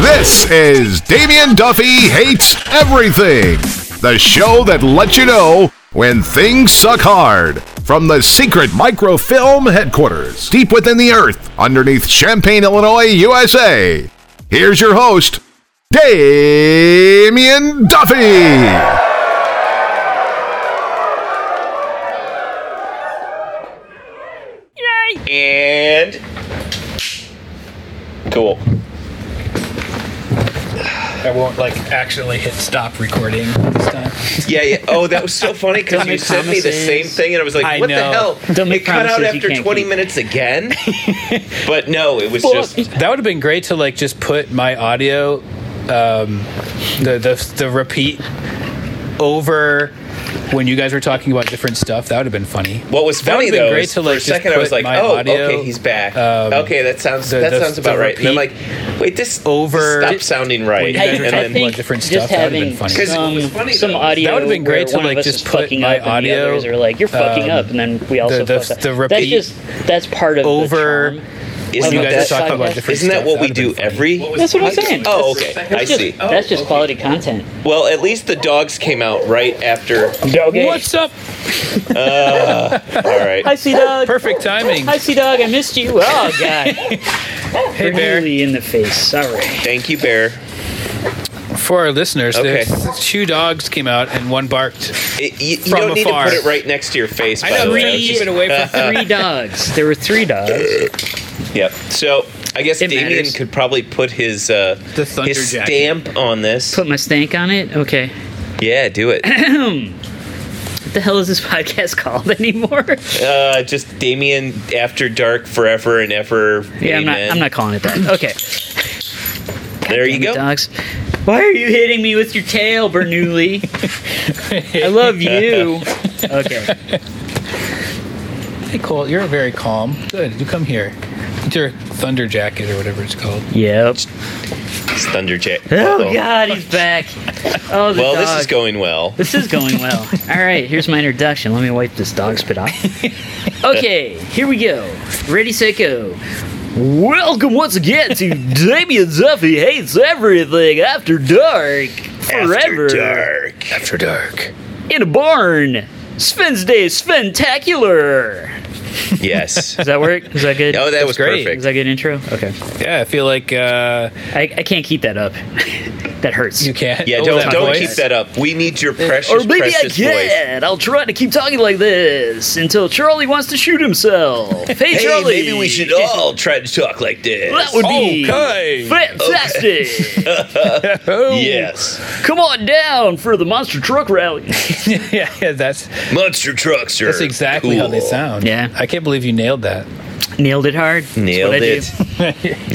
This is Damien Duffy Hates Everything, the show that lets you know when things suck hard. From the secret microfilm headquarters, deep within the earth, underneath Champaign, Illinois, USA, here's your host, Damien Duffy. And cool. I won't like actually hit stop recording this time. Yeah, yeah. Oh, that was so funny because Don't you make sent me the promises. same thing, and I was like, I "What the know. hell?" Don't it make cut out promises you after can't 20 keep. minutes again. but no, it was Well, just that would have been great to like just put my audio, um, the the the repeat over when you guys were talking about different stuff. That would have been funny. what was That funny would've been though. great is to, for like, a just second, I was put like, my "Oh, audio, okay, he's back. um, okay, that sounds the- that the- sounds about the right." And I'm like, repeat "Wait, this Over- this stopped sounding right." you I, guys were and I talking then about think different just stuff, that would've been having funny. 'Cause it was some, funny, some though. audio That would've been great where to, one of like, us just is put fucking my up and the others audio, are like you're fucking um, up and then we also the- fuck up. the that's repeat just that's part of over the charm. isn't you Like, guys that are talking about podcast. different isn't that stuff. what we That would've do been funny. every? That's what I'm saying. Oh, okay, I That's just- see. That's just quality content. Well, at least the dogs came out right after. Doggy. What's up? All right. Hi, Sea Dog. Perfect timing. Hi, Sea Dog. I missed you. Oh God. Hey, Bear. Really in the face. Sorry. Thank you, Bear. For our listeners, Okay. there's two dogs came out and one barked. It, you you From don't need afar. to put it right next to your face. By I know. the way. trying to keep it away from. Three dogs. There were three dogs. Yep. So I guess It Damien matters. could probably put his uh, The thunder his jacket. stamp on this. Put my stank on it. Okay. Yeah, do it. What the hell is this podcast called anymore? Uh, just Damien after dark forever and ever. Yeah, I'm not. Amen. I'm not calling it that. Okay. There you Damn it, go. Dogs. Why are you hitting me with your tail, Bernoulli? I love you. Okay. Hey, Cole, you're very calm. Good. You come here. It's your thunder jacket or whatever it's called. Yep. It's Thunderjack. Oh, Uh-oh. God, he's back. Oh, the Well, this dog. is going well. This is going well. All right, here's my introduction. Let me wipe this dog spit off. Okay, here we go. Ready, set, go. Welcome once again to Damien Duffy Hates Everything After Dark Forever. After dark. After dark. In a barn. Sven's Day Spectacular. Yes. Does that work? Is that good? Oh, that was great. Is perfect. that a good intro? Okay. Yeah, I feel like uh, I, I can't keep that up. that hurts. you can't. Yeah, Oh, don't that don't voice. keep that up. We need your precious, Or maybe I precious voice. can. I'll try to keep talking like this until Charlie wants to shoot himself. Hey, Hey, Charlie. maybe we should all try to talk like this. That would be Okay. Oh. fantastic. Oh, yes. Come on down for the monster truck rally. yeah, yeah, that's Monster trucks are that's exactly how they cool. sound. Yeah. I can't believe you nailed that. Nailed it hard. That's what Nailed I do. it.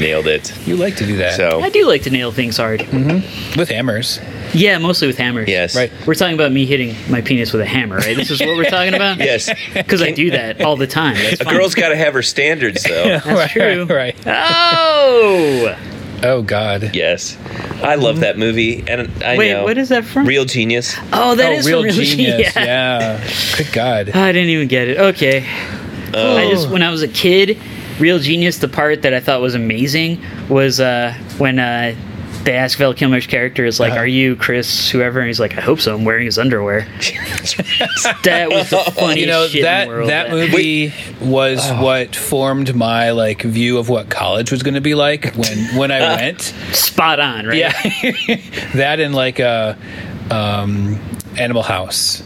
Nailed it. You like to do that. So I do like to nail things hard. With hammers. Yeah, mostly with hammers. yes, Right. We're talking about me hitting my penis with a hammer, right? This is what we're talking about? Yes. Because I do that all the time. That's A fine. girl's got to have her standards, though. That's Right, true. Right, Oh! right. Oh, God. yes, I love that movie, and I Wait, know what is that from? Real Genius. Oh, that oh, is real from genius. Yeah. yeah. Good God. I didn't even get it. Okay. I Oh. just when I was a kid, Real Genius, the part that I thought was amazing was uh, when uh, they ask Val Kilmer's character is like, Uh-huh. "Are you Chris whoever?" And he's like, "I hope so. I'm wearing his underwear." that was the funniest You know shit that in the world. that movie was Oh. what formed my like view of what college was going to be like when when I went. spot on, right? Yeah, that and like uh, um, Animal House.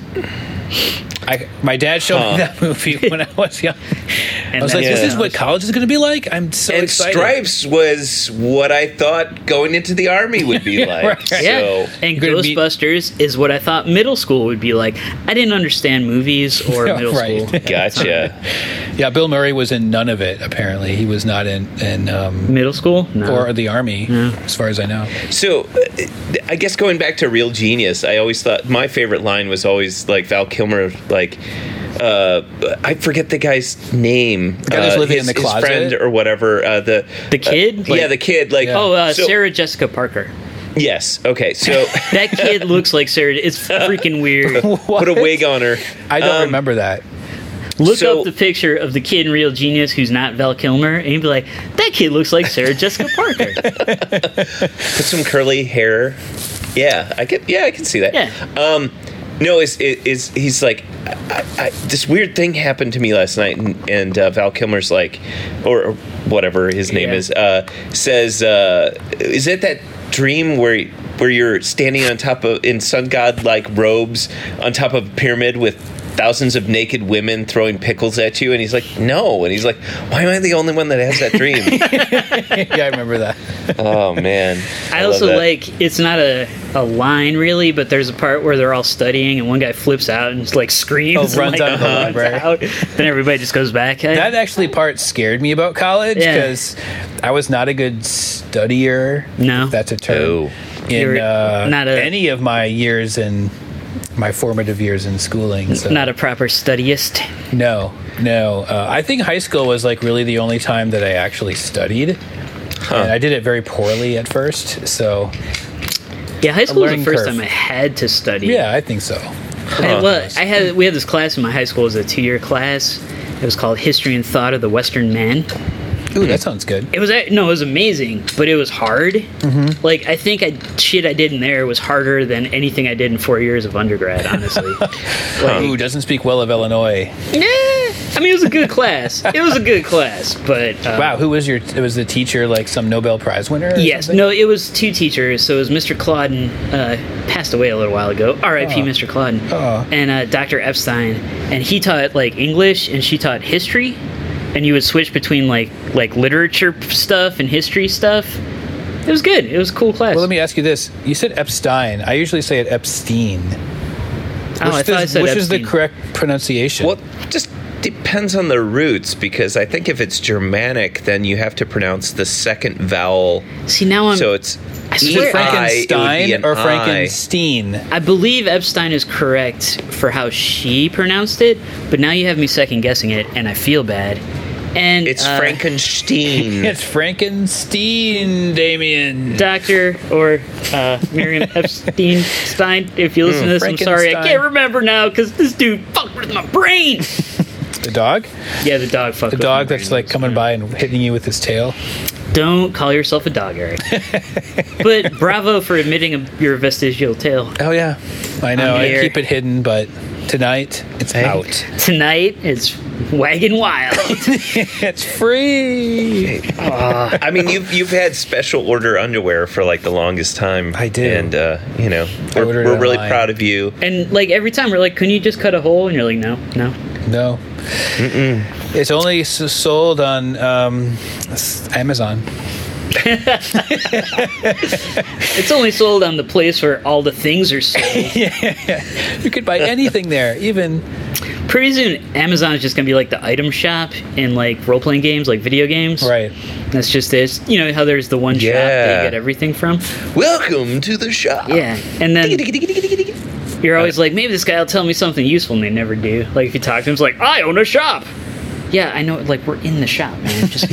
I, my dad showed Huh. me that movie when I was young. I And was that like, "This was- is what college is going to be like." I'm so and excited. Stripes was what I thought going into the army would be like. right. Yeah, So and You're gonna meet- Ghostbusters is what I thought middle school would be like. I didn't understand movies or Yeah, middle right. school. gotcha. Yeah, Bill Murray was in none of it. Apparently, he was not in in um, Middle school? No. or the army, as far as I know. So, uh, I guess going back to Real Genius, I always thought my favorite line was always like Val Kilmer, like, uh, I forget the guy's name. guy that's uh, living in the closet? friend or whatever. Uh, the uh, The kid? yeah, Like- the kid. Like, Yeah. Oh, uh, so- Sarah Jessica Parker. Yes. Okay. So, That kid looks like Sarah. It's freaking weird. put a wig on her. I don't Um, remember that. Look So- up the picture of the kid in Real Genius who's not Val Kilmer, and you'd be like, that kid looks like Sarah Jessica Parker. Put some curly hair. Yeah, I can. Yeah, I can see that. Yeah. Um, no, is is he's like, I, I, this weird thing happened to me last night, and, and uh, Val Kilmer's like, or or whatever his name Yeah. is, uh, says, uh, is it that dream where where you're standing on top of in sun god like robes on top of a pyramid with thousands of naked women throwing pickles at you and he's like no and he's like why am i the only one that has that dream yeah, I remember that. oh man I love also that. like it's not a, a line really, but there's a part where they're all studying and one guy flips out and like screams, Oh, runs and, out like, of the runs library. out. Then everybody just goes back. I- That actually part scared me about college Yeah. because I was not a good studier. No. if that's a term. Oh. In You're uh, not a- any of my years in my formative years in schooling, so. not a proper studyist. no, no. Uh, I think high school was like really the only time that I actually studied. And I did it very poorly at first, so Yeah, high school was the learning first curve. time I had to study. yeah, I think so. I, well, I had we had this class in my high school. It was a two year class. It was called History and Thought of the Western Man. Ooh, that sounds good. It was a- no, it was amazing, but it was hard. Like I think I shit I did in there was harder than anything I did in four years of undergrad. Honestly, Ooh, doesn't speak well of Illinois. yeah. I mean, it was a good class. It was a good class, but uh, Wow, who was your? It was the teacher, like some Nobel Prize winner. or Yes, something? no, it was two teachers. So it was Mr. Clauden, uh, passed away a little while ago. R.I.P. Uh-huh. Mr. Clauden. Oh. And uh, Dr. Epstein. And he taught, like, English and she taught history. And you would switch between, like, like literature stuff and history stuff. It was good. It was a cool class. Well, let me ask you this. You said Epstein. I usually say it Epstein. oh, I which thought I is, said which is Epstein. the correct pronunciation? Well, it just depends on the roots because I think if it's Germanic, then you have to pronounce the second vowel. See, now I'm. so it's I swear- E, I, it would be Frankenstein an or I. Frankenstein? I believe Epstein is correct for how she pronounced it, but now you have me second guessing it, and I feel bad. And It's uh, Frankenstein. It's Frankenstein, Damien. doctor or uh, Miriam Epstein Stein. If you listen to this, I'm sorry, I Frankenstein. can't remember now because this dude fucked with my brain. the dog? yeah, the dog fucked. The with dog my that's brain. like coming by and hitting you with his tail. Don't call yourself a dog, Eric. but bravo for admitting a, your vestigial tail. Oh yeah, I know. I'm I here. keep it hidden, but tonight it's out. Tonight it's wagon wild. It's free. I mean, you've you've had special order underwear for like the longest time. I do. and uh, you know we're, ordered we're really online. proud of you. and like every time we're like, can you just cut a hole? And you're like, no, no. No. It's only s- sold on um, s- Amazon. It's only sold on the place where all the things are sold. You could buy anything there, even Pretty soon, Amazon is just gonna be like the item shop in like role playing games, like video games. right. That's just this. You know how there's the one shop that Yeah. you get everything from? Welcome to the shop. Yeah. And then you're always like, maybe this guy will tell me something useful, and they never do. Like, if you talk to him, it's like, I own a shop. Yeah, I know. Like, we're in the shop, man. Just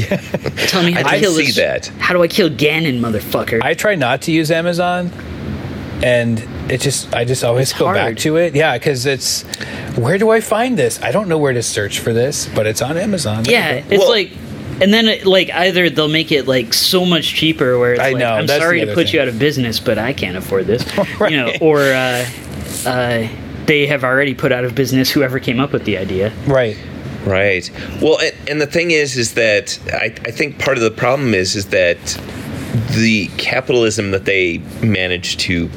tell me how to I kill see this. that. How do I kill Ganon, motherfucker? I try not to use Amazon, and it just I just always go back hard. to it. Yeah, because it's where do I find this? I don't know where to search for this, but it's on Amazon. There yeah, you go. it's Well- like. And then, it, like, either they'll make it like so much cheaper, where it's I like, know, I'm that's the sorry to other put thing. you out of business, but I can't afford this, Right. you know, or uh, uh, they have already put out of business whoever came up with the idea. right. Right. Well, and, and the thing is, is that I, I think part of the problem is, is that the capitalism that they manage to,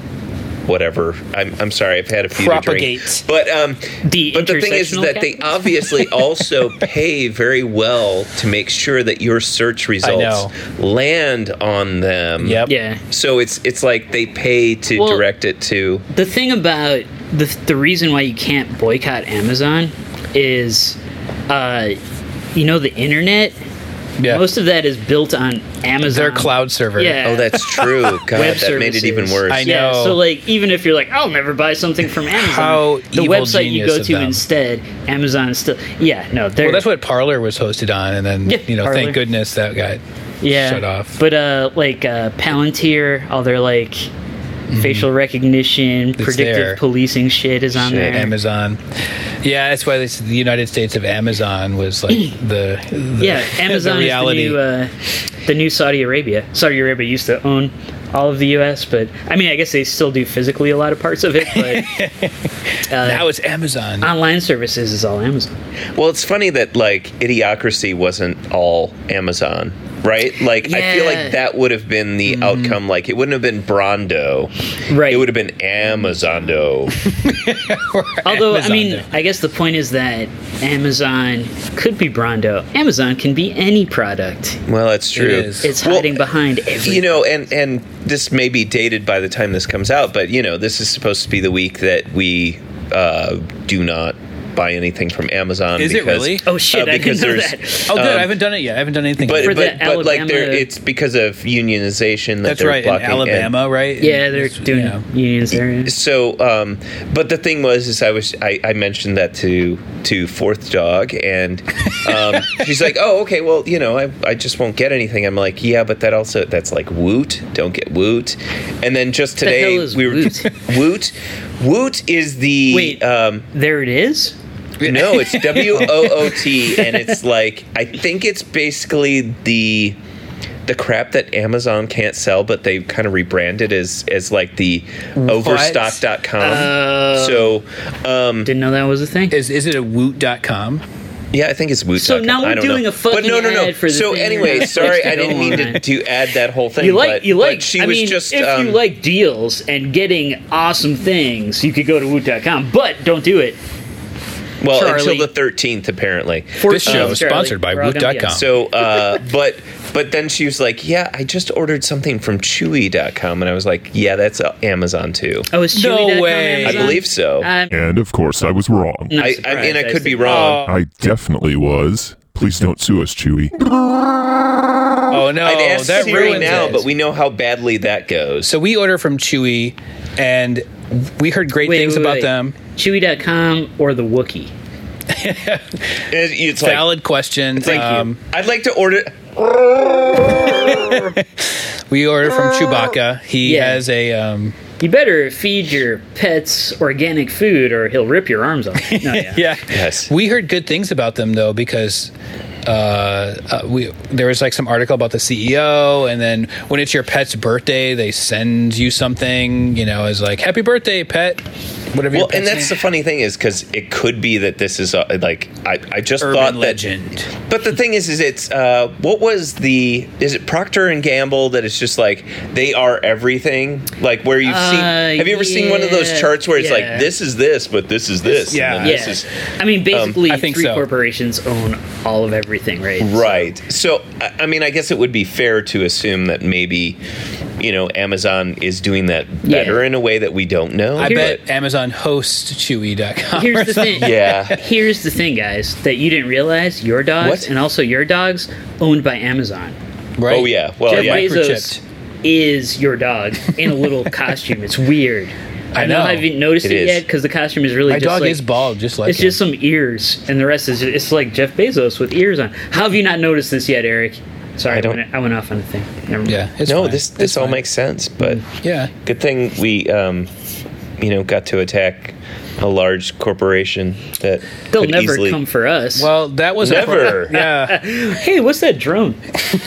whatever. I'm, I'm sorry, I've had a few Propagate. to drink. But um, The but the thing is, is intersectional that they capitalism? obviously also pay very well to make sure that your search know. results land on them. Yep. Yeah. So it's it's like they pay to Well- direct it to. The thing about the the reason why you can't boycott Amazon is uh, you know, the internet. Yeah. Most of that is built on Amazon. their cloud server. Yeah. Oh, that's true. God, that made it even services. worse. I Yeah, know. so like even if you're like, I'll never buy something from Amazon, How the evil website you genius go of to them. instead, Amazon is still yeah, no, they're Well, that's what Parlor was hosted on, and then Yeah, you know, Parler. thank goodness that got yeah. shut off. But uh like uh Palantir, all their like facial recognition, predictive Mm-hmm. there. policing shit is on Shit, there. Amazon, yeah, that's why this, the United States of Amazon was like the, the yeah, Amazon the reality. is the new, uh, the new Saudi Arabia. Saudi Arabia used to own all of the U.S., but I mean, I guess they still do physically a lot of parts of it. But now it's Amazon. online services is all Amazon. Well, it's funny that like Idiocracy wasn't all Amazon, right? Like I feel Yeah. like that would have been the Mm-hmm. outcome. Like it wouldn't have been Brando, Right. It would have been Amazondo. Although, Amazon I mean, though. I guess the point is that Amazon could be Brando. Amazon can be any product. well, that's true. is. It's Well, hiding behind everything. you know and and this may be dated by the time this comes out but you know this is supposed to be the week that we uh, do not buy anything from amazon Is it really? oh shit, uh, I didn't because know there's- that. oh, good. um, I haven't done it yet. I haven't done anything. but For but, the but like there Alabama- it's because of unionization that that's they're right in blocking and- Alabama, right? Yeah, they're It's- doing yeah. unions there. so um, but the thing was is i was i, I mentioned that to to fourth dog and um, she's like oh okay well you know I, I just won't get anything i'm like yeah but that also that's like woot don't get woot and then just the today hell is we were woot? woot woot is the Wait. um, There it is. no it's w-o-o-t and it's like i think it's basically the the crap that Amazon can't sell, but they've kind of rebranded as as like the overstock.com. Oh. so um Didn't know that was a thing. Is is it a woot.com? yeah, I think it's Woot. So now we're I don't doing know. a fucking But no, no, no. ad for the so thing anyway, that sorry, I I didn't go mean to, on. to add that whole thing. you like but, you like But she I was mean, just if um, you like deals and getting awesome things, you could go to woot.com, but don't do it. well Charlie. until the thirteenth apparently. This show is sponsored by Woot.com. So, uh, but but then she was like, "Yeah, I just ordered something from Chewy.com," and I was like, "Yeah, that's uh, Amazon too." Oh, is No Chewy.com way. I I Amazon? Uh, believe so. I'm And of course, I was wrong. not I, I mean, surprised, I could be see. Oh. wrong. I definitely was. Please don't sue us, Chewy. Oh no, I'd ask that Siri ruins now, it. but we know how badly that goes. so we order from Chewy, and we heard great Wait, things wait, about wait. them. Chewy.com or the Wookiee? It's, it's like, Valid question. thank Um, you. I'd like to order. We order from Chewbacca. He Yeah. has a. Um, You better feed your pets organic food or he'll rip your arms off. No, yeah. yeah. Yes. We heard good things about them though because uh, uh, we there was like some article about the CEO, and then when it's your pet's birthday, they send you something. You know, as like happy birthday, pet. Whatever. Well, your and pet's that's the funny thing is because it could be that this is uh, like I, I just name. thought urban that. legend. But the thing is, is it's uh, what was the is it Procter and Gamble that it's just like they are everything like where you've seen Uh, have you ever seen one of those yeah, charts where it's yeah. like this is this but this is this Yeah. and then Yeah. this is um, I mean, basically, I think three so. corporations own all of everything, right? Right. So, I I mean, I guess it would be fair to assume that maybe, you know, Amazon is doing that Yeah. better in a way that we don't know. I Here- bet Amazon hosts Chewy.com. Here's the thing. Yeah. Here's the thing, guys, that you didn't realize your dogs What? and also your dogs owned by Amazon. Right? Oh yeah. Well, Jeff yeah. Bezos- Bezos is your dog in a little costume. It's weird. I I know know. I haven't noticed it, It is. yet because the costume is really My just dog like- is bald, just like it's him. just some ears, and the rest is it's like Jeff Bezos with ears on. How have you not noticed this yet, Eric? Sorry, I, I don't- went, I went off on a thing. Never mind. yeah. It's No, fine. this this It's all fine. Mm. makes sense, but yeah. good thing we um you know, got to attack a large corporation that they'll could never easily come for us. Well, that was Never. A, yeah, hey, what's that drone?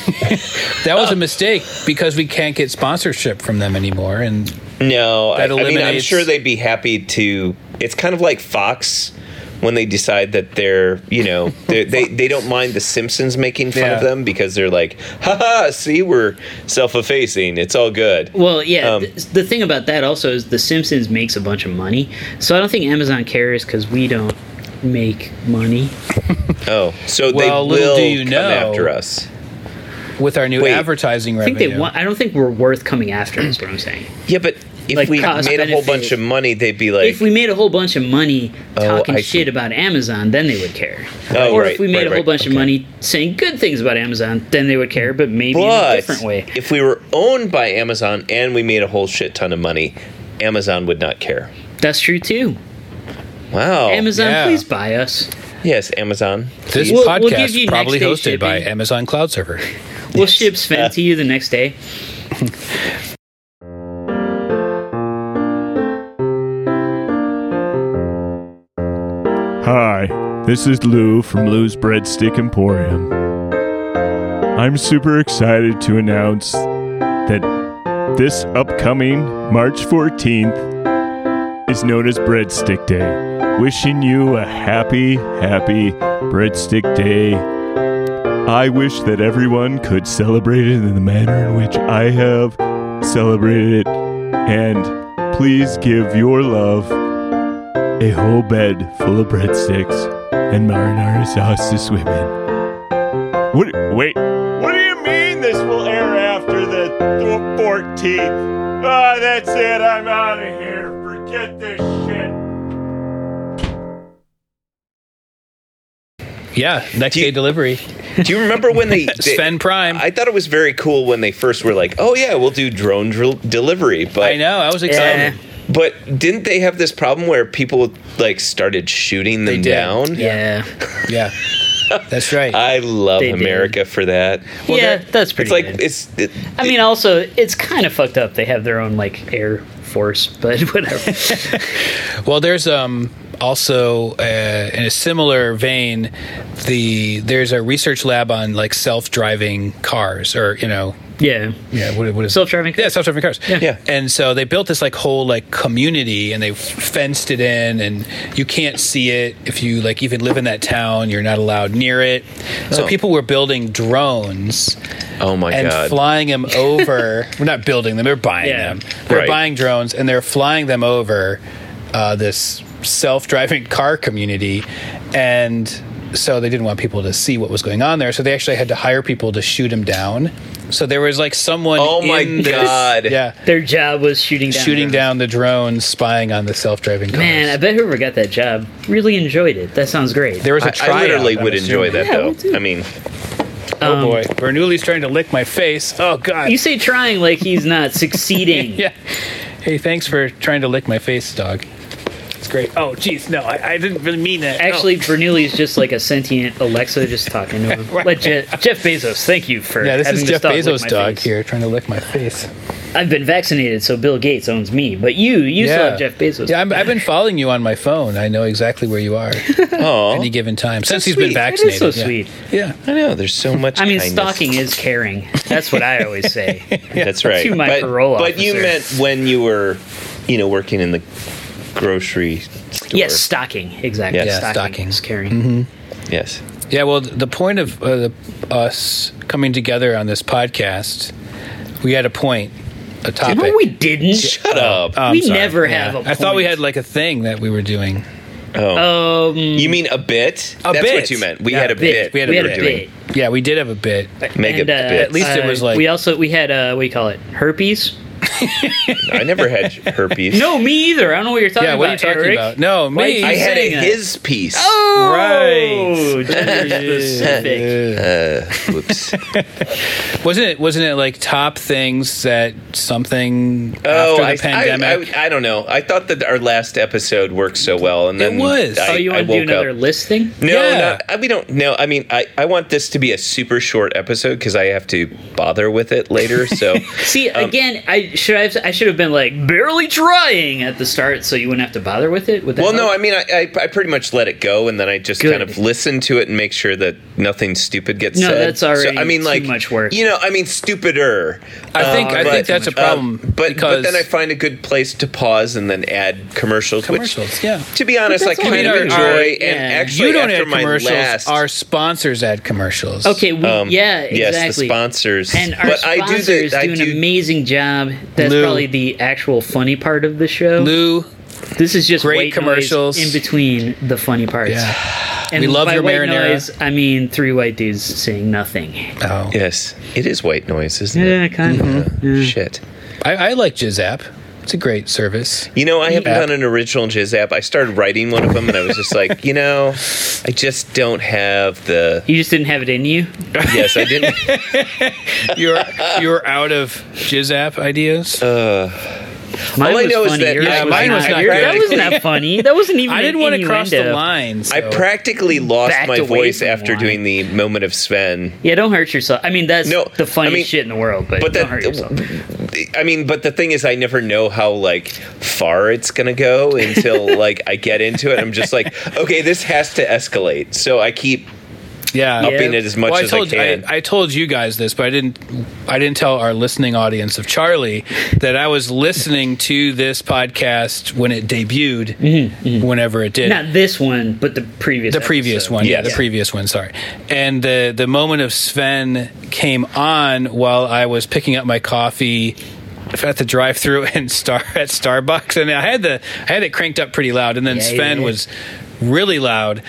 that was a mistake because we can't get sponsorship from them anymore, and No, I, That I mean, I'm eliminates- sure they'd be happy to. It's kind of like Fox when they decide that they're, you know, they're, they they don't mind the Simpsons making fun of Yeah. them because they're like, ha ha, see, we're self-effacing. It's all good. Well, yeah. Um, th- the thing about that also is The Simpsons makes a bunch of money, so I don't think Amazon cares because we don't make money. oh, so Well, they little will do you come know- after us. with our new Wait. advertising I think revenue, they want. I don't think we're worth coming after. Is what I'm saying. Yeah, but If Like we cost made a whole benefit. bunch of money, they'd be like, Oh, if we made a whole bunch of money talking I shit see. about Amazon, then they would care. Oh, or if right, we made right, a whole right, bunch of okay. money saying good things about Amazon, then they would care, but maybe in a but different way. if we were owned by Amazon and we made a whole shit ton of money, Amazon would not care. That's true too. Wow. Amazon, yeah. please buy us. Yes, Amazon. This We'll- we'll give podcast you next probably day hosted by shipping. Amazon Cloud Server. We'll ship Sven to you the next day. Hi, this is Lou from Lou's Breadstick Emporium. I'm super excited to announce that this upcoming March 14th is known as Breadstick Day. Wishing you a happy, happy Breadstick Day. I wish that everyone could celebrate it in the manner in which I have celebrated it. And please give your love a whole bed full of breadsticks and marinara sauce to swim in. What? Wait. What do you mean this will air after the 14th? Ah, that's it. I'm out of here. Forget this shit. Yeah, next day delivery. Do you remember when they, they Sven Prime. I thought it was very cool when they first were like, "Oh yeah, we'll do drone dr- delivery." But I know. I was Yeah. excited. But didn't they have this problem where people like started shooting them did. down? Yeah. Yeah, that's right. I love They did. America for that. yeah, that- that's pretty It's like good. it's. It, I mean, also, it's kind of fucked up. They have their own like air force, but whatever. Well, there's um, also uh, in a similar vein, the there's a research lab on like self-driving cars, or you know, yeah, yeah, what, what is Self-driving cars? Yeah, self-driving cars. Yeah. And so they built this like whole like community, and they fenced it in, and you can't see it if you like even live in that town, you're not allowed near it. So Oh. people were building drones oh my and god! flying them over. we're not building them; they're buying Yeah. them. They're Right. buying drones and they're flying them over uh, this self-driving car community, and so they didn't want people to see what was going on there. So they actually had to hire people to shoot them down. So there was like someone. Oh my in this- God. Yeah, their job was shooting down shooting drones. down the drones, spying on the self-driving cars. Man, I bet whoever got that job really enjoyed it. That sounds great. there was I, a I tryout. literally I'm would enjoy that assuming. Yeah, me too. though. I mean, Oh boy, Bernoulli's trying to lick my face. Oh god. you say trying like he's not succeeding. yeah. Hey, thanks for trying to lick my face, dog. It's great. Oh, jeez, no, I, I didn't really mean that. Actually, Bernoulli's just like a sentient Alexa just talking to him. Right. Like Je- Jeff Bezos, thank you for yeah, this having is Jeff dog lick Bezos' my dog face. here trying to lick my face. I've been vaccinated, so Bill Gates owns me. But you, you still have Jeff Bezos. Yeah, I'm, I've been following you on my phone. I know exactly where you are at oh, any given time since he's sweet. been That That is vaccinated. so yeah. sweet. Yeah. I know. There's so much. I mean, kindness. stalking is caring. That's what I always say. That's right. To my but, parole but you officer. meant when you were, you know, working in the grocery store. Yes, stocking. Exactly. Yeah, stocking. is caring. Mm-hmm. Yes. Yeah, well, th- the point of uh, the, us coming together on this podcast, we had a point, a topic. No, we didn't. Shut up. Oh, I'm we sorry. never Yeah. have a I thought we point. had like a thing that we were doing. Um, you mean a bit? A That's bit. what you meant. We Yeah, had a a bit. bit. We had a we had bit. a bit. Yeah, we did have a bit. Make And, a uh, bit. At least it was uh, like- we also we had uh, what do you call it? Herpes? I never had herpes. No, me either. I don't know what you're talking Yeah, about. what are you talking Eric. about? No, Why me. you I keep had a saying that? his piece. Oh, Right. gender specific. Whoops. Wasn't it? Wasn't it like top things that something Oh, after the I, pandemic? I, I, I don't know. I thought that our last episode worked so well, and then was. I, oh, you I want to do woke another up. list thing? No, Yeah. no, I- we don't. No, I mean, I, I want this to be a super short episode because I have to bother with it later. So, See Um, again, I should I, have, I should have been like barely trying at the start, so you wouldn't have to bother with it. Would that well, no, I help? mean, I, I, I pretty much let it go, and then I just Good. kind of listen to it and make sure that nothing stupid gets No, said. that's already I mean, too like, much work. You know, I mean, stupider. I think I but- think that's a problem. Um, but because but then I find a good place to pause and then add commercials. Commercials, which, yeah. To be honest, I that's all kind we of do. enjoy. Our- and yeah. actually, you don't after add my commercials. last, Our sponsors add commercials. Okay, we, um, yeah, exactly. Yes, the sponsors. And our but I do, sponsors the, I do an do amazing job. That's Lou. probably the actual funny part of the show. Lou, this is just great white noise commercials. in between the funny parts. yeah, And We love by your white marinara. noise, I mean three white dudes saying nothing. oh. Yes, it is white noise, isn't Yeah, Mm-hmm. it? kind of. Shit. I, I like Jizap. It's a great service. You know, I haven't Yeah. done an original jizz app. I started writing one of them, and I was just like, you know, I just don't have the. You just didn't have it in you. Yes, I didn't. You're you're out of jizz app ideas. Uh, Mine All I was know is funny. that- Yours yeah, mine was not yours- good. That wasn't that funny. That wasn't even. I didn't want want to cross the line. So. I practically lost Backed my away voice from after wine. doing the moment of Sven. Yeah, don't hurt yourself. I mean, that's No, the funniest I mean, shit in the world. But, But don't hurt yourself. that, I mean, but the thing is, I never know how like far it's gonna go until like I get into it. I'm just like, okay, this has to escalate. So I keep yeah. upping it as much well, as I I, told can. I, told you guys this, but I didn't. I didn't tell our listening audience of Charlie that I was listening to this podcast when it debuted, whenever it did. Not this one, but the previous. the previous episode. one, yeah, Yes. the previous one. Sorry, and the the moment of Sven came on while I was picking up my coffee at the drive-through and star at Starbucks, and I had the I had it cranked up pretty loud, and then Yeah, you Sven did. was really loud,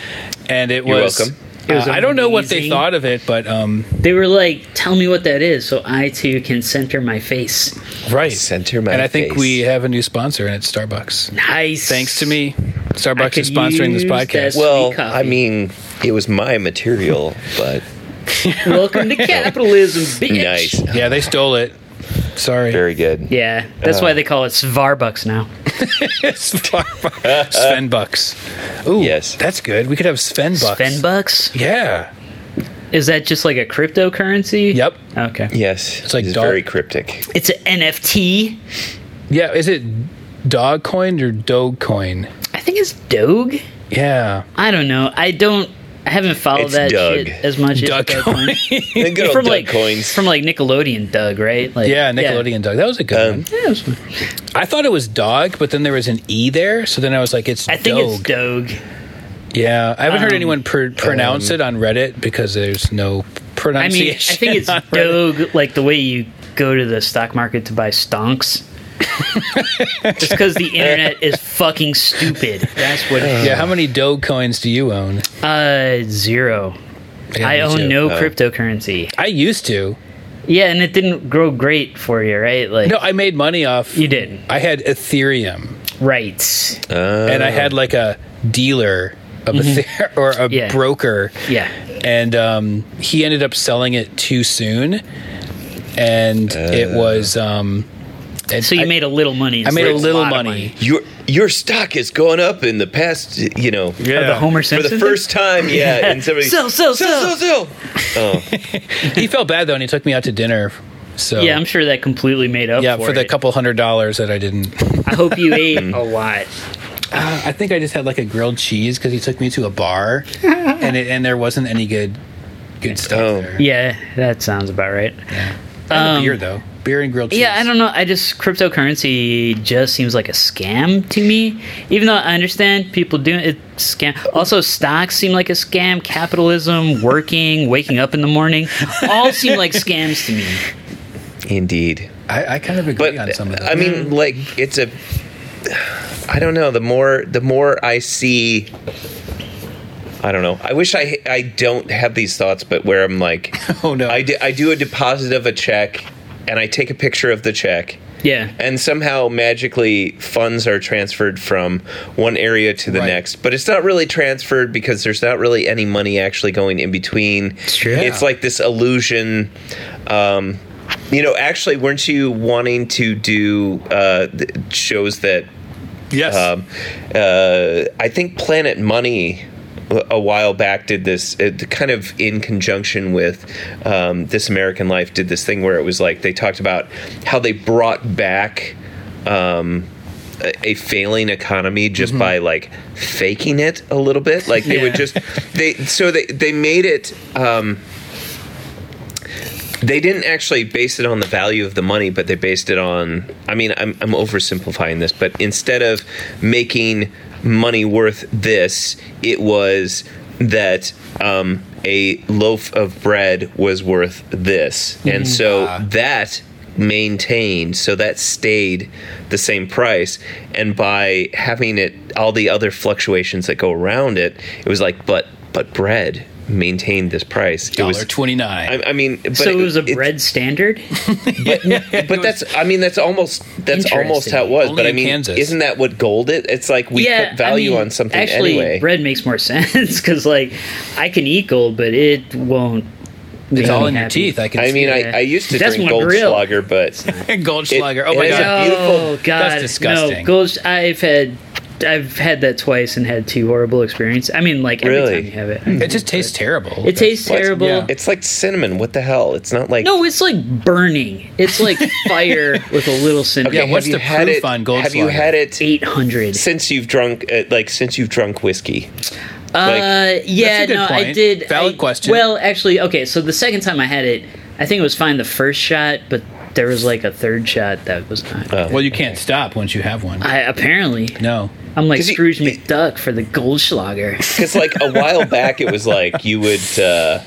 and it You're was. welcome. uh, It was I don't know what they amazing. thought of it, but um, They were like, "Tell me what that is, so I too can center my face." right Center my and I think face. we have a new sponsor, and it's Starbucks. Nice. Thanks to me, I Starbucks could is sponsoring this use podcast. this. well, sweet coffee. I mean, it was my material, but Welcome to capitalism, bitch. nice, yeah, they stole it. Sorry. very good. Yeah, that's why they call it Svarbucks now. Svarbucks. Sven bucks. Ooh, Yes. that's good. We could have Sven bucks. Svenbucks? Yeah. Is that just like a cryptocurrency? Yep. Okay. Yes, It's like it's dark- very cryptic. It's an NFT. Yeah. Is it Dogcoin or Dogecoin? I think it's Doge. Yeah. I don't know. I don't. I haven't followed It's that Doug. shit as much as Doug Doug Coin. The good old from Doug like coins. from like Nickelodeon Doug, right? Like Yeah, Nickelodeon Dog. That was a good Um, one. Yeah, it was fun. I thought it was Dog, but then there was an E there. So then I was like, it's I think Doge. it's Doge. Yeah. I haven't heard Um, anyone pr- pronounce it on Reddit because there's no I mean, I pronunciation. think it's on Reddit. Doge, like the way you go to the stock market to buy stonks. Just because the internet is fucking stupid. That's what. It is. Yeah. How many Doge coins do you own? Uh, zero. Yeah, I me own too. no Uh. cryptocurrency. I used to. Yeah, and it didn't grow great for you, right? Like No, I made money off. you didn't. I had Ethereum. Right. Uh. and I had like a dealer of Ether- or a Oh. Mm-hmm. Yeah. broker, Yeah. and um, he ended up selling it too soon, and it was um, and Uh. So you I, made a little money. I made instead a of little lot of money. Your your stock has gone up in the past, you know, Of the Homer for Simpson. the thing? first time. Yeah, and somebody Sell, sell, sell. sell. he felt bad though, and he took me out to dinner. So Yeah, I'm sure that completely made up. yeah, for, for, the it. couple hundred dollars that I didn't. uh, I hope you ate a lot. I think I just had like a grilled cheese because he took me to a bar, and it, and there wasn't any good good stuff Oh. there. Yeah, that sounds about right. And a beer though, beer and grilled cheese. Um, Yeah, I don't know. I just cryptocurrency just seems like a scam to me. Even though I understand people doing it scam. Also, stocks seem like a scam. Capitalism, working, waking up in the morning, all seem like scams to me. Indeed. I, I kind of agree but on some uh, of that. I mean, like it's a. I don't know. The more the more I see, I don't know. I wish I I don't have these thoughts, but where I'm like, Oh, no. I do, I do a deposit of a check, and I take a picture of the check. Yeah. And somehow magically funds are transferred from one area to the Right. next, but it's not really transferred because there's not really any money actually going in between. Sure. It's like this illusion. Um, you know, actually, weren't you wanting to do uh, th- shows that? yes. Um, uh, I think Planet Money a- a while back did this uh, kind of in conjunction with um, this american life did this thing where it was like they talked about how they brought back um, a, a failing economy just by like faking it a little bit like they would Yeah. just they so they they made it um, they didn't actually base it on the value of the money, but they based it on. I mean, I'm, I'm oversimplifying this, but instead of making money worth this, it was that um, a loaf of bread was worth this. Mm-hmm. And so Ah. that maintained, so that stayed the same price. And by having it, all the other fluctuations that go around it, it was like, but but bread maintained this price. It Dollar was twenty I, nine. I mean, but so it was a it- bread standard. but that's I mean that's almost that's Interesting. almost how it was. Only but I in mean, Kansas. isn't that what gold is? It's like we yeah, put value I mean, on something Actually, anyway. bread makes more sense because like I can eat gold, but it won't. It's make all me in your happy. teeth. I can. I see mean, Yeah. I, I used to That's drink one real- Goldschlager, but it. Goldschlager. It- Oh my it is god. Oh a beautiful- god, That's disgusting. No, gold. I've had. I've had that twice and had two horrible experiences. I mean, like every Really? time you have it, It just tastes terrible. it tastes What? terrible. Yeah. it's like cinnamon. What the hell? It's not like No, it's like burning. It's like fire with a little cinnamon. Yeah, Have what's you the had proof it- on Have you Goldschlager? had it Eight hundred. since you've drunk uh, like since you've drunk whiskey? Like, uh, yeah, That's a good no, I point. did. Valid I- question. Well, actually, okay. So the second time I had it, I think it was fine the first shot, but there was like a third shot that was not. Well, you can't stop once you have one. I apparently Uh, No. I'm like Did you- Scrooge McDuck for the Goldschlager. Because like a while back, it was like you would. Uh,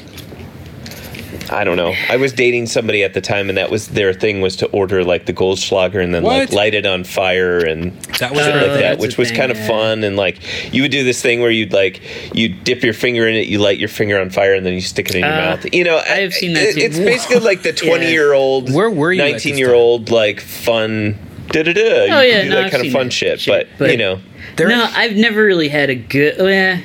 I don't know. I was dating somebody at the time, and that was their thing was to order like the Goldschlager and then like What? light it on fire and That was shit their like that, thing. Oh, That's which a was thing, kind of yeah. fun. And like you would do this thing where you'd like you dip your finger in it, you light your finger on fire, and then you stick it in your Uh, mouth. You know, I have seen that It, too. it's basically like the Yeah. twenty-year-old, Where were you at this nineteen-year-old like fun. Da da da. You Oh, could yeah, do no, that I've kind of seen fun that shit, shit, but, but- you know, There- no, I've never really had a good. Eh,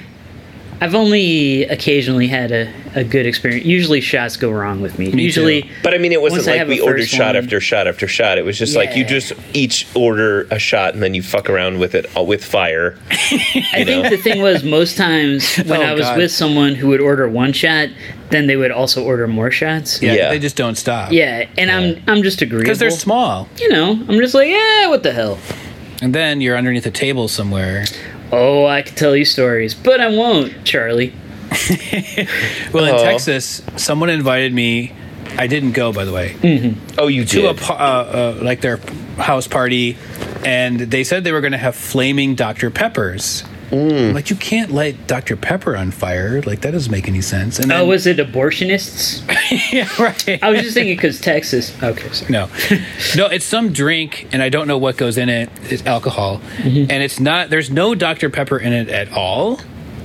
I've only occasionally had a, a good experience. Usually, shots go wrong with me. Usually, But I mean, it wasn't Once I like have we a ordered first shot one- after shot after shot. It was just like you Yeah. just each order a shot and then you fuck around with it uh, with fire. I think know? the thing was most times when Oh, I was God. with someone who would order one shot, then they would also order more shots. Yeah, Yeah. They just don't stop. Yeah, and I'm I'm just agreeable. Because they're small, you know, I'm just like, yeah, what the hell? and then you're underneath a table somewhere. Oh, I could tell you stories, but I won't, Charlie. Well, in Oh. Texas, someone invited me. I didn't go, by the way. Oh, you to a did. par- uh, uh, like their house party, and they said they were going to have flaming Dr. Peppers. Mm. I'm Like you can't light Dr. Pepper on fire. Like that doesn't make any sense. And Oh, then, was it abortionists? yeah, right. I was just thinking because Texas. Okay, sorry. No, no, it's some drink, and I don't know what goes in it. It's alcohol, Mm-hmm. and it's not. There's no Dr. Pepper in it at all.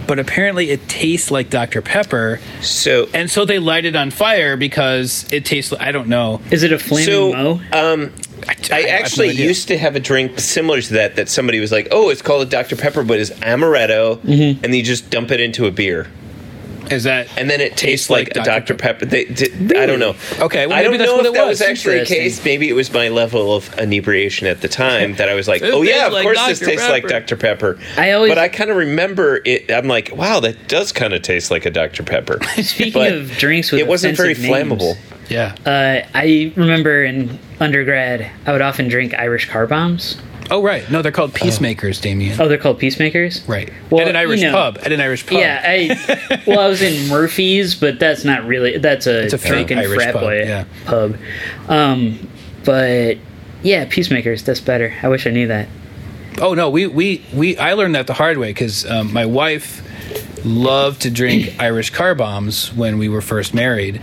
But apparently, it tastes like Dr. Pepper, so and so they light it on fire because it tastes. I don't know. Is it a flaming so mo? um, I, I actually used to have a drink similar to that. That somebody was like, "Oh, it's called a Dr Pepper, but it's amaretto," Mm-hmm. and then you just dump it into a beer, Is that and then it tastes like, a Dr Pepper. They, d- I don't know. Okay, well, I don't maybe that's know what if it that was, was. actually the case. Interesting. Maybe it was my level of inebriation at the time that I was like, This "Oh yeah, tastes of like course this Dr. tastes like Pepper." Dr Pepper." I always- but I kind of remember it. I'm like, "Wow, that does kind of taste like a Dr Pepper." Speaking but of drinks with it wasn't very offensive names, flammable. Yeah. Uh, I remember in undergrad, I would often drink Irish car bombs. oh right. No, they're called peacemakers, Damien. uh, Oh, they're called peacemakers. Right. Well, at an you Irish know- pub. At an Irish pub. Yeah, I well, I was in Murphy's, but that's not really that's a, It's a fake drunken Irish frat pub, boy yeah. pub. Um, but yeah, peacemakers. That's better. I wish I knew that. Oh no, we we we. I learned that the hard way because um, my wife loved to drink Irish car bombs when we were first married.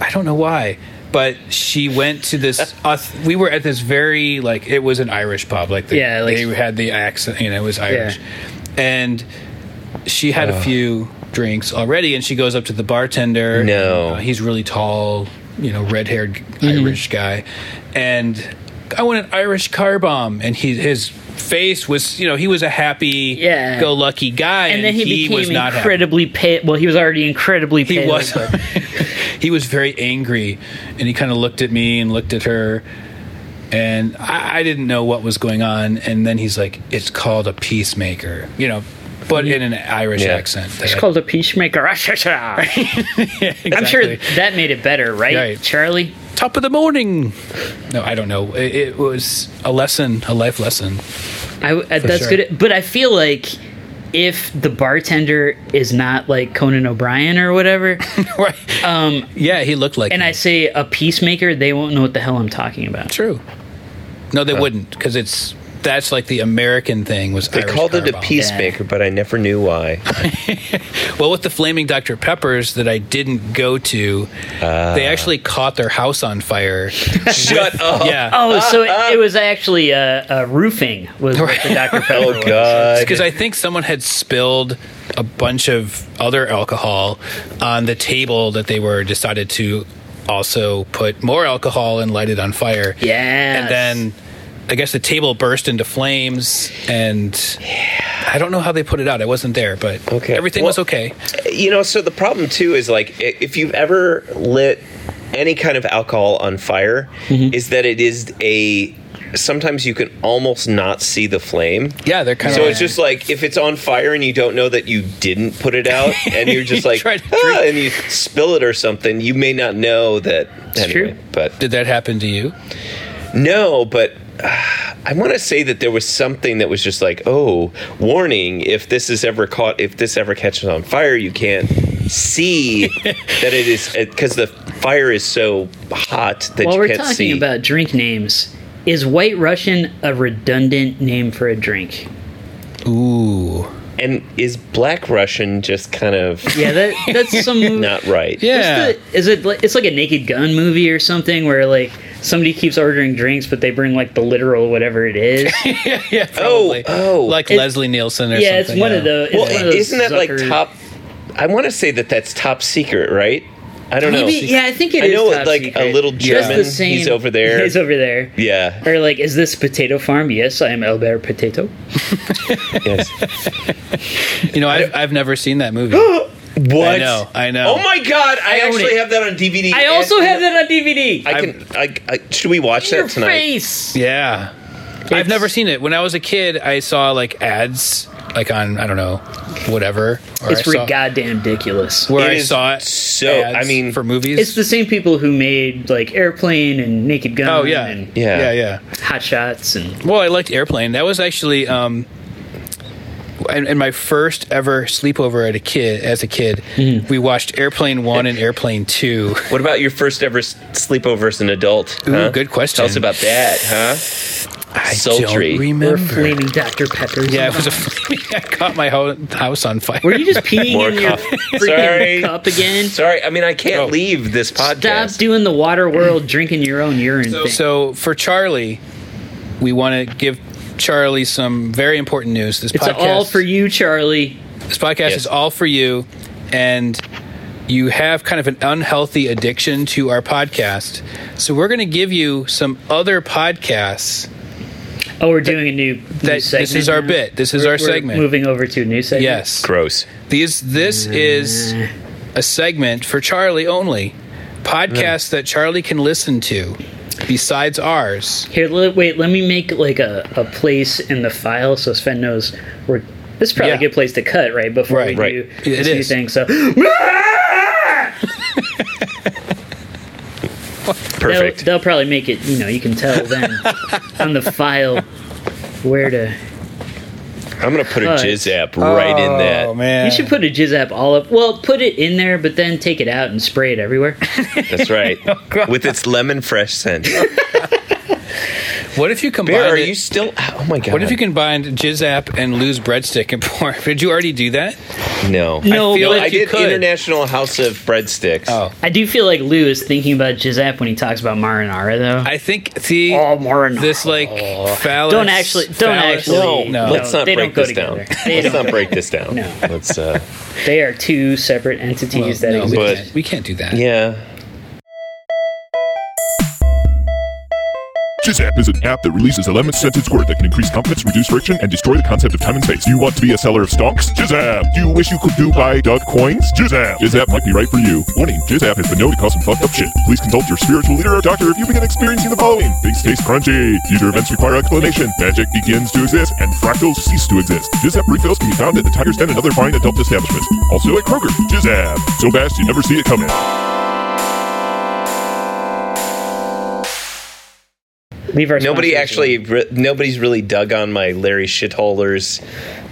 I don't know why, but she went to this. us, we were at this very like it was an Irish pub. Like the, Yeah, like- they had the accent. You know, it was Irish, and she had a few drinks already, and she goes up to the bartender. No. Uh, he's really tall, you know, red haired Mm-hmm. Irish guy, and I want an Irish car bomb, and he his face was, you know, he was a happy, Yeah. go lucky guy, And, then he, was became not happy. incredibly pale. Well, he was already incredibly pale. He was. but- he was very angry, and he kind of looked at me and looked at her, and I, I didn't know what was going on. And then he's like, "It's called a peacemaker," you know, but in an Irish Yeah. accent. Mm-hmm. It's called a peacemaker. Ah, sha, sha. I'm sure that made it better, right, Right. Charlie? top of the morning. No, I don't know. It, it was a lesson, a life lesson. I, uh, that's sure. good. But I feel like if the bartender is not like Conan O'Brien or whatever, right. Um. Yeah, he looked like. and me. I say a peacemaker, they won't know what the hell I'm talking about. Uh. True. No, they wouldn't because it's that's like the American thing was They called it a peacemaker, but I never knew why. Well, with the flaming Dr. Peppers that I didn't go to, Ah. they actually caught their house on fire. Shut up. yeah. Oh, so ah. it, it was actually uh, uh, roofing was what the Dr. Pepper. Oh was. god. because I think someone had spilled a bunch of other alcohol on the table that they were decided to also put more alcohol and light it on fire. Yes. And then I guess the table burst into flames and I don't know how they put it out. I wasn't there, but Okay. everything Well- was okay. you know so the problem too is like i- if you've ever lit any kind of alcohol on fire Mm-hmm. is that it is a sometimes you can almost not see the flame Yeah, they're kind so of it's just like if it's on fire and you don't know that you didn't put it out and you're just You like try to "Ah," and you spill it or something you may not know that anyway, true. but Did that happen to you? no, but uh, I want to say that there was something that was just like, oh, warning! If this is ever caught, if this ever catches on fire, you can't see that it is because the fire is so hot that While you we're can't talking see. about drink names, is White Russian a redundant name for a drink? Ooh. and is Black Russian just kind of Yeah, that, that's some. not right? What's Yeah. the- is it like, it's like a Naked Gun movie or something where like somebody keeps ordering drinks, but they bring like the literal whatever it is. yeah, Oh, probably. oh, like It- Leslie Nielsen or yeah, it's something. one of those. well, it's one of those isn't that like Zucker- top? I want to say that that's top secret, right? I don't Maybe know. yeah, I think it I is know, top like secret. a little Just German. the same- He's over there. He's over there. yeah. Or like, is this potato farm? Yes, I am Albert Potato. yes. You know, I've, I've never seen that movie. What? I know, I know. Oh my god! I, own actually it. have that on DVD. I and- also have that on DVD. I can. I, I, should we watch Your that tonight? face. Yeah. I've never seen it. When I was a kid, I saw like ads, like on, I don't know, whatever. Or It's I re- saw, goddamn ridiculous. where It I is saw it. so- I ads mean- for movies. It's the same people who made like Airplane and Naked Gun. oh, yeah. and Mm-hmm. Yeah. Yeah, yeah. Hot Shots and Well, I liked Airplane. That was actually um, and, and my first ever sleepover at a kid. As a kid, Mm-hmm. we watched Airplane One and Airplane Two. What about your first ever s- sleepover as an adult? Ooh, huh? good question. Tell us about that, huh? I Sultry. don't We're remember. flaming Dr. Peppers. Yeah, it was a. flaming- I caught my ho- house on fire. Were you just peeing More in your coffee. freaking Sorry. cup again? Sorry, I mean I can't Oh. leave this Stop podcast. doing the water world drinking your own urine thing. So for Charlie, we want to give Charlie some very important news. This it's podcast, all for you, Charlie. This podcast Yes. is all for you, and you have kind of an unhealthy addiction to our podcast. So we're going to give you some other podcasts. Oh, we're doing a new, new that- this segment is our now? bit. This is We're- our we're segment. Moving over to a new segment. Yes, Gross. these. This is a segment for Charlie only. Podcasts that Charlie can listen to, besides ours. Here, le- wait. Let me make like a, a place in the file so Sven knows we're. This is probably Yeah. a good place to cut right before Right, we right. do It this new is. thing. So they'll, Perfect. they'll probably make it. You know, you can tell then on the file where to. I'm gonna put a Cut. jizz app right in that. Oh, man, Uh, You should put a jizz app all up. Well, put it in there, but then take it out and spray it everywhere. That's right. Oh, With its lemon fresh scent. What if you combine? Bear, are it- you still? Oh my god. What if you combined Jizz app and lose breadstick and porn? Did you already do that? No. No, I, feel but I you did could. International House of Breadsticks. Oh. I do feel like Lou is thinking about jizz app when he talks about marinara, though. I think see oh, marinara. this like phallus. don't actually, don't phallus- actually. No, No. let's not they don't break go this down. together. They Let's don't not break this down. No. Let's uh They are two separate entities that No, we, exist. but- can't, we can't do that. yeah. Jizzap is an app that releases 11 scented squirt that can increase confidence, reduce friction, and destroy the concept of time and space. Do you want to be a seller of stonks? Jizzap! Do you wish you could do buy duck coins? Jizzap! Jizzap might be right for you. Warning, Jizzap has been known to cause some fucked up shit. Please consult your spiritual leader or doctor if you begin experiencing the following. Things taste crunchy. Future events require explanation. Magic begins to exist, and fractals cease to exist. Jizzap refills can be found at the Tiger's Den and other fine adult establishments. Also at Kroger. Jizzap! So fast you never see it coming. Leave our Nobody sponsors actually, re- nobody's really dug on my Larry Shitholders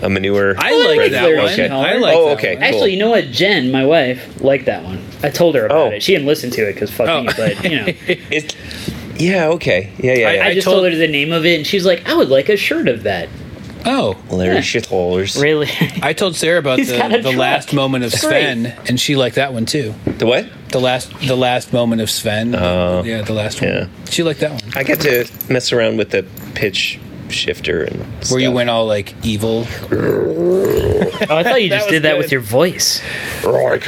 uh, manure. I Oh, I like like that Larry one. Okay. I like Oh, that okay. one. alone. Actually, you know what? Jen, my wife, liked that one. I told her about Oh. it. She didn't listen to it because fuck Oh. me, but you know. It, Yeah. Okay. Yeah. Yeah. yeah. I, just told- told her the name of it, and she's like, "I would like a shirt of that." Oh, Larry Shitholders. Really? I told Sarah about He's got the, a the truck. last moment of It's great. Sven, and she liked that one too. The what? The last, the last moment of Sven. Oh. yeah, the last Yeah. one. She liked that one. I got to mess around with the pitch shifter and stuff. Where you went all like evil. oh, I thought you just was did that with good. your voice. Apparently,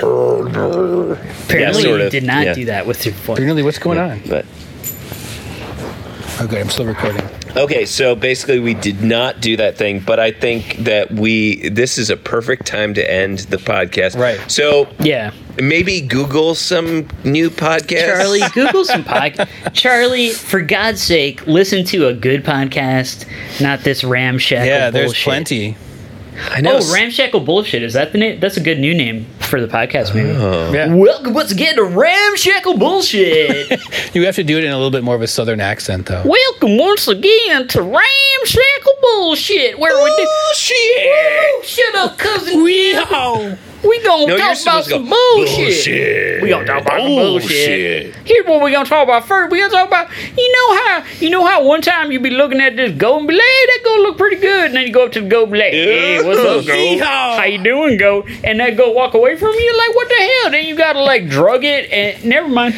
sort you of, did not yeah. do that with your voice. Really, what's going on? But Oh, good. I'm still recording. Okay, so basically, we did not do that thing, but I think that we this is a perfect time to end the podcast. Right. So Yeah, maybe Google some new podcast. Charlie, Google some podcast. Charlie, for God's sake, listen to a good podcast, not this ramshackle. Yeah, Oh, there's bullshit. plenty. I know. Oh, ramshackle bullshit is that the name? That's a good new name for the podcast, maybe. Yeah. Welcome once again to ramshackle bullshit. You have to do it in a little bit more of a southern accent, though. Welcome once again to ramshackle bullshit, where we do Oh, bullshit. Woo, shut up, cousin. We we gonna No, talk you're about supposed to some go, bullshit. bullshit. Oh, We gonna talk about some bullshit. Bullshit. Here's what we gonna talk about first. We gonna talk about you know how you know how one time you be looking at this goat and be like, hey, that goat look pretty good, and then you go up to the goat and be like, hey, what's up, goat? How you doing, goat? And that goat walk away from you like, what the hell? Then you gotta like drug it and never mind.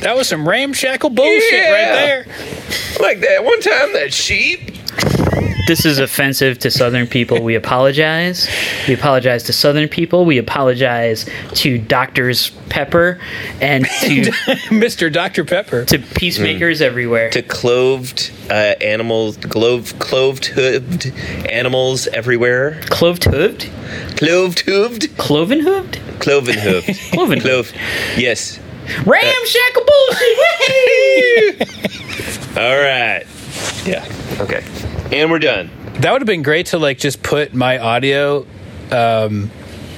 That was some ramshackle bullshit Yeah. right there. Like that one time that sheep. this is offensive to Southern people. We apologize. We apologize to Southern people. We apologize to Doctors Pepper and to Mr. Dr. Pepper. to peacemakers everywhere. To cloved uh, animals, clove, cloved hooved animals everywhere. Cloved hooved, Cloved hooved, cloven hooved, cloven hooved, Cloven-hooved. clove. Yes. ramshackle bullshit. All right. Yeah. Okay. And we're done. That would have been great to like just put my audio, um,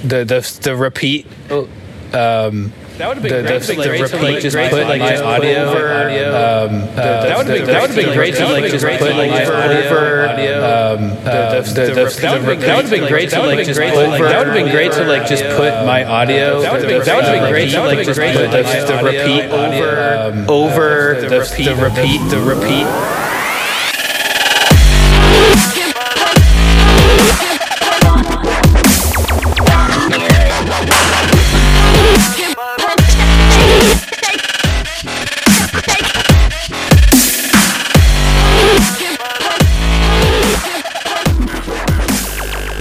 the the the repeat. Um, that would have been the, great the, to like, repeat just put like my audio over. Um, uh, that would have been that would have been great to like just put like my audio over. Um, uh, the- the- the- That would have been great to like just put that would have been great to like just put my audio. That would have been great to like just put the the repeat um, uh, over over the the repeat the repeat.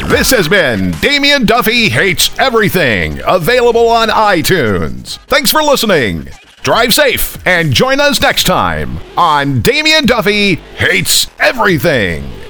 This has been Damien Duffy Hates Everything, available on iTunes. Thanks for listening. Drive safe and join us next time on Damien Duffy Hates Everything.